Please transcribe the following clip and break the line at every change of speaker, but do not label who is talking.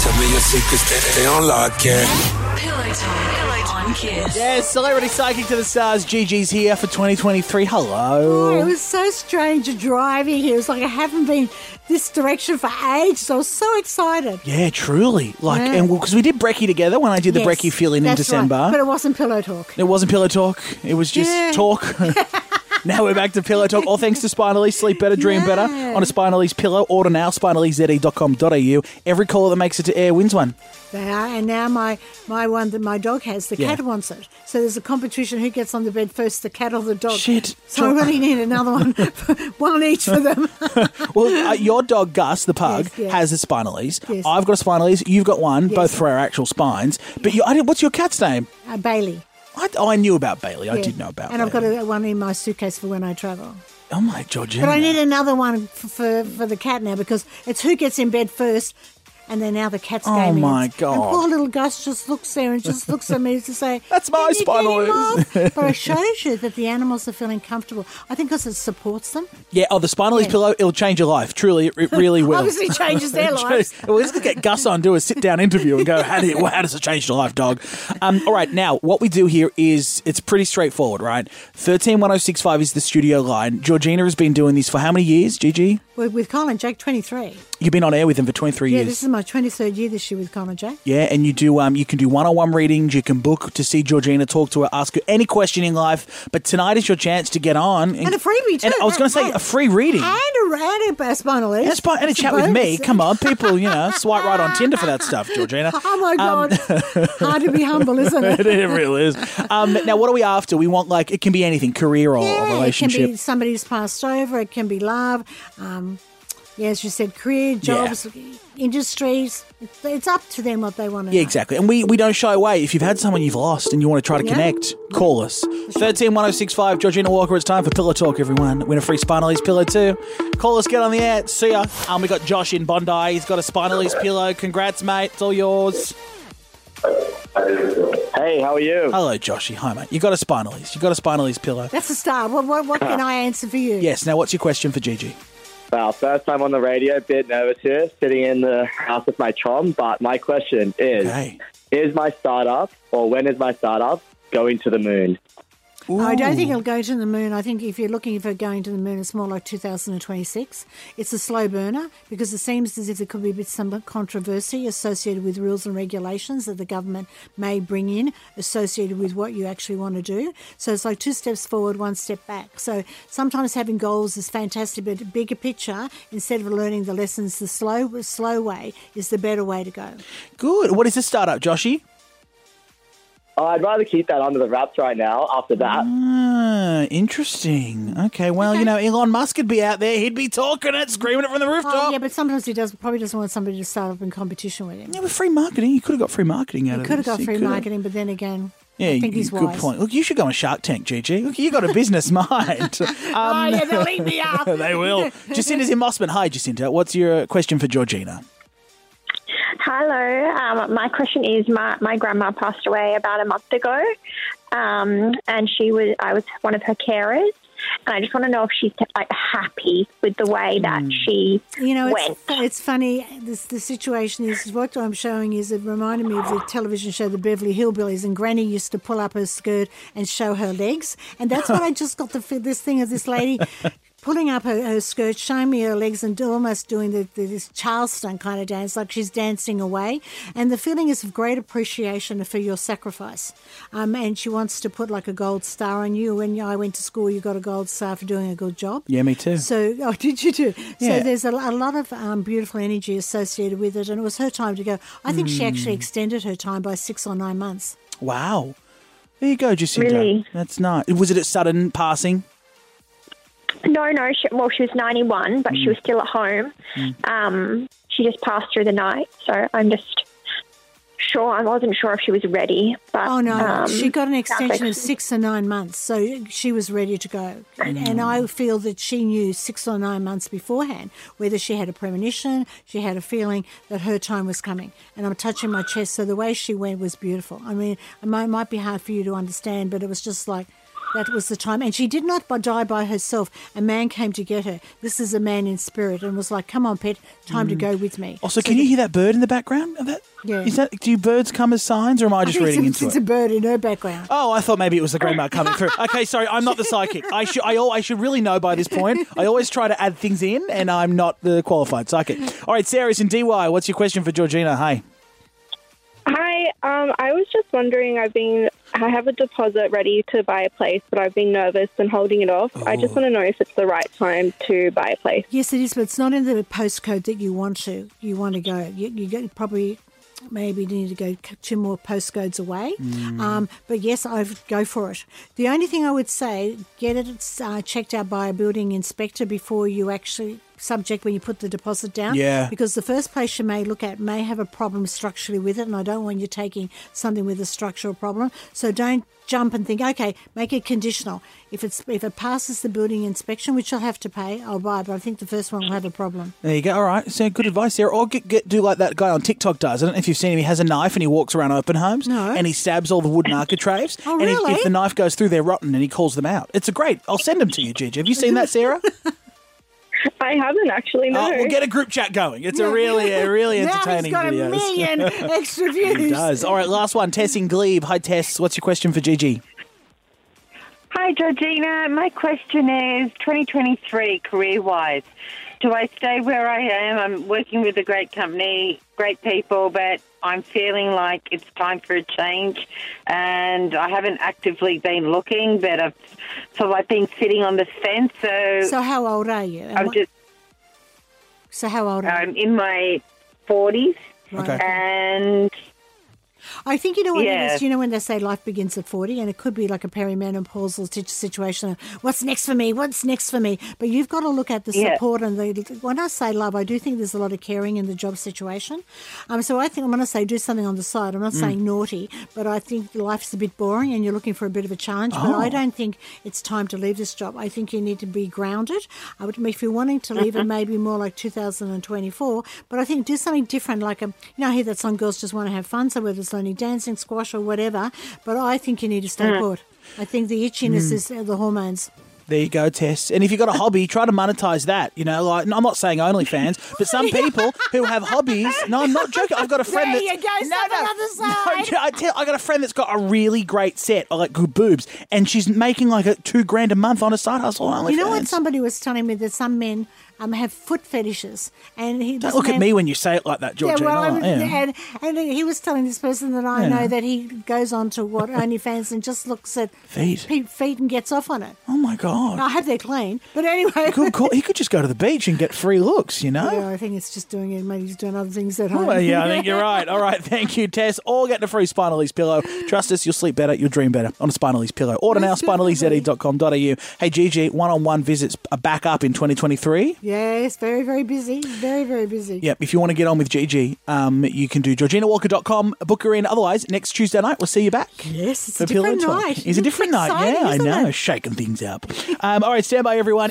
secrets that they unlock, yeah.
Pillow talk on Kiss.
Yes, celebrity psychic to the stars. GG's here for 2023. Hello.
It was so strange driving here. It was like I haven't been this direction for ages. I was so excited.
Yeah, truly. Like,
Yeah.
and because we did Brekkie together when I did the
Yes,
Brekkie fill in in
that's
December.
right. But it wasn't pillow talk.
It wasn't pillow talk. It was just
Yeah.
talk. now we're back to pillow talk. All thanks to Spinalese. Sleep better, dream better.
Yeah.
On a Spinalese pillow. Order now, spinalese.com.au. Every caller that makes it to air wins one.
They are, and now my my one that my dog has, the
Yeah.
cat wants it. So there's a competition who gets on the bed first, the cat or the dog.
Shit.
So I really need another one, one each for them.
Well, uh, your dog Gus, the pug,
Yes, yes.
has a Spinalese.
Yes.
I've got a Spinalese. You've got one, both for our actual spines. But you, I didn't, what's your cat's name?
Uh, Bailey.
I, oh, I knew about Bailey. I
yeah.
did know about
And I've got
Bailey.
a, one in my suitcase for when I travel.
Oh, my Georgina.
But I need another one for, for for the cat now because it's who gets in bed first, and then now the cat's
Oh
game
my
ends.
God.
And poor little Gus just looks there and just looks at me to say,
That's my
"Can you get him
spinalist."
off?" But it shows you that the animals are feeling comfortable. I think because it supports them.
Yeah, oh, the Spinalese
Yeah.
pillow, it'll change your life. Truly, it, it really will.
Obviously changes their lives.
Well, let's get Gus on, do a sit down interview and go, how, do you, how does it change your life, dog? Um, all right, now, what we do here is it's pretty straightforward, right? 131065 is the studio line. Georgina has been doing this for how many years, Gigi?
With, with Colin Jake, 23.
You've been on air with him for 23
Yeah,
years.
this is my 23rd year this year with Colin Jake.
yeah, and you do um, you can do one-on-one readings, you can book to see Georgina, talk to her, ask her any question in life. But tonight is your chance to get on
And a freebie, too.
And I was going to say
Right.
a free reading.
And a random best finalist.
And, it's part, and a chat with me. Come on, people, you know, swipe right on Tinder for that stuff, Georgina. Um,
Oh my God. Hard to be humble, isn't it?
it really is. Um, now, what are we after? We want, like, it can be anything career or, or
It can
relationship.
be somebody who's passed over. It can be love. Um, yeah, as you said, career, jobs, industries. It's, it's up to them what they want to
Yeah, exactly. And we, we don't shy away. If you've had someone you've lost and you want to try to
Yeah.
connect, call us. 131065, Georgina Walker. It's time for Pillow Talk, everyone. Win a free Spinalese pillow, too. Call us, get on the air. See ya. Um, we got Josh in Bondi. He's got a Spinalese pillow. Congrats, mate. It's all yours.
Hey, how are you?
Hello, Joshy. Hi, mate. You got a Spinalese. You got a Spinalese pillow.
That's a start. What, what, what
Uh,
can I answer for you?
Yes. Now, what's your question for Gigi?
Well, first time on the radio, bit nervous here, sitting in the house with my chum. But my question is:
Okay.
Is my startup, or when is my startup going to the moon?
I don't think it'll go to the moon. I think if you're looking for going to the moon, it's more like 2026. It's a slow burner because it seems as if there could be a bit some controversy associated with rules and regulations that the government may bring in associated with what you actually want to do. So it's like two steps forward, one step back. So sometimes having goals is fantastic, but bigger picture instead of learning the lessons the slow slow way is the better way to go.
Good. What is this startup, Joshy?
Oh, I'd rather keep that under the wraps right now. After that,
Ah, interesting. Okay. Well, you know, Elon Musk would be out there. He'd be talking it, screaming it from the rooftop.
Oh, yeah, but sometimes he does probably doesn't want somebody to start up in competition with him.
Yeah, with free marketing, you could have got free marketing out
He
of
could have
this.
got
You
free
could have-
marketing, but then again,
Yeah,
I think
you-
he's
good
wise.
point. Look, you should go on Shark Tank, Gigi. Look, you got a business mind. Um,
Oh, yeah, they'll eat me up.
they will. Jacinta's in Mossman. Hi, Jacinta. What's your question for Georgina?
Hello. Um, my question is: my, my grandma passed away about a month ago, um, and she was I was one of her carers, and I just want to know if she's like happy with the way that she
You know, it's,
went.
it's funny. This the situation is what I'm showing is it reminded me of the television show The Beverly Hillbillies, and Granny used to pull up her skirt and show her legs, and that's what I just got the feel- this thing of this lady. Pulling up her, her skirt, showing me her legs, and do- almost doing the, the, this Charleston kind of dance, like she's dancing away. And the feeling is of great appreciation for your sacrifice. Um, and she wants to put like a gold star on you. When I went to school, you got a gold star for doing a good job.
Yeah, me too.
So, oh, did you do?
Yeah.
So there's a, a lot of um, beautiful energy associated with it, and it was her time to go. I think she actually
Hmm.
extended her time by six or nine months.
Wow. There you go, Jacinta.
Really?
That's nice. Was it a sudden passing?
no, no. She, well, she was ninety one, but she was still at home. Um, she just passed through the night, so I'm just sure I wasn't sure if she was ready. But
Oh no,
um,
she got an
sounds
extension
like
of six or nine months, so she was ready to go. And, and I feel that she knew six or nine months beforehand whether she had a premonition, she had a feeling that her time was coming. And I'm touching my chest, so the way she went was beautiful. I mean, it might, might be hard for you to understand, but it was just like. That was the time. And she did not bu- die by herself. A man came to get her. This is a man in spirit and was like, come on, pet, time to go with me.
Mm. Also, Oh, can you hear that bird in the background? Of that?
Yeah.
Is that, do birds come as signs or am I just
it's,
reading
a,
into
it's
it?
a bird in her background.
Oh, I thought maybe it was the grandma coming through. Okay, sorry, I'm not the psychic. I should I, al- I should really know by this point. I always try to add things in, and I'm not the qualified psychic. All right, Sarah's in DY. What's your question for Georgina? Hey,
Hi, um, I was just wondering. I've been, I have a deposit ready to buy a place, but I've been nervous and holding it off. I
Oh.
just want to know if it's the right time to buy a place.
Yes, it is, but it's not in the postcode that you want to. You want to go. You, you go, probably maybe need to go c- two more postcodes away. Um, but yes, I would go for it. The only thing I would say, get it uh, checked out by a building inspector before you actually subject when you put the deposit down.
Yeah.
Because the first place you may look at may have a problem structurally with it, and I don't want you taking something with a structural problem. So don't jump and think, okay, make it conditional. If it's if it passes the building inspection, which you'll have to pay, I'll buy. But I think the first one will have a problem.
there you go. All right, so good advice, Sarah. Or get, get do like that guy on TikTok does. I don't know if you've seen him. He has a knife and he walks around open homes.
No.
And he stabs all the wooden architraves.
Oh,
and if-
really?
if the knife goes through, they're rotten, and he calls them out. It's a great. I'll send them to you, Gigi. Have you seen that, Sarah?
I haven't actually. No.
Oh, we'll get a group chat going. It's a really, a really
now
entertaining
he's got
video.
a million extra views.
It does. All right, last one. Tess in Glebe. Hi, Tess. What's your question for Gigi?
Hi, Georgina. My question is 2023 career wise. Do I stay where I am? I'm working with a great company, great people, but I'm feeling like it's time for a change. And I haven't actively been looking, but I've sort of like been sitting on the fence. So,
So how old are you? And
I'm
what-
just
so how old are you?
I'm in my 40s.
Okay.
And
I think you know what it
Yeah.
is. You know when they say life begins at forty, and it could be like a perimenopausal sit- situation. Of, What's next for me? What's next for me? But you've got to look at the
Yeah.
support and the. When I say love, I do think there's a lot of caring in the job situation. Um, so I think I'm going to say do something on the side. I'm not saying naughty, but I think life's a bit boring, and you're looking for a bit of a challenge. But I don't think it's time to leave this job. I think you need to be grounded. I would, if you're wanting to leave, it may be more like 2024. But I think do something different, like a, you know, I hear that some girls just want to have fun. So whether it's learning dancing, squash, or whatever, but I think you need to stay put. I think the itchiness is uh, the hormones.
There you go, Tess. And if you've got a hobby, try to monetize that. You know, like and I'm not saying OnlyFans, but some people who have hobbies. No, I'm not joking. I've got a friend
There
that's
you go, step another
No,
side.
Jo- I tell, I got a friend that's got a really great set, of like good boobs, and she's making like a two grand a month on a side hustle on OnlyFans.
You know what? Somebody was telling me that some men um, have foot fetishes, and he
Don't look at me when you say it like that,
Yeah,
Georgina.
well, I
Like,
would,
yeah.
and, and he was telling this person that I
Yeah.
know that he goes on to what OnlyFans and just looks at
Feet.
pe- feet and gets off on it.
Oh my god.
I hope they're clean, but anyway.
Good call. He could just go to the beach and get free looks. You know.
Yeah, I think it's just doing it. Maybe he's doing other things at home.
Well, Oh, yeah, I think you're right. All right, thank you, Tess. All get the free Spinal Ease pillow. Trust us, you'll sleep better, you'll dream better on a Spinal Ease pillow. Order now,
That's good, everybody.
spinalease.com.au. Hey, Gigi, one-on-one visits are back up in 2023.
Yes, very, very busy. Very, very busy.
Yep, if you want to get on with Gigi, um, you can do georginawalker.com, book her in. Otherwise, next Tuesday night, we'll see you back.
Yes, it's
for
a different
Pillow Talk.
night.
It's a different night,
Exciting,
yeah, I
isn't
know.
it?
Shaking things up. Um, all right, stand by, everyone.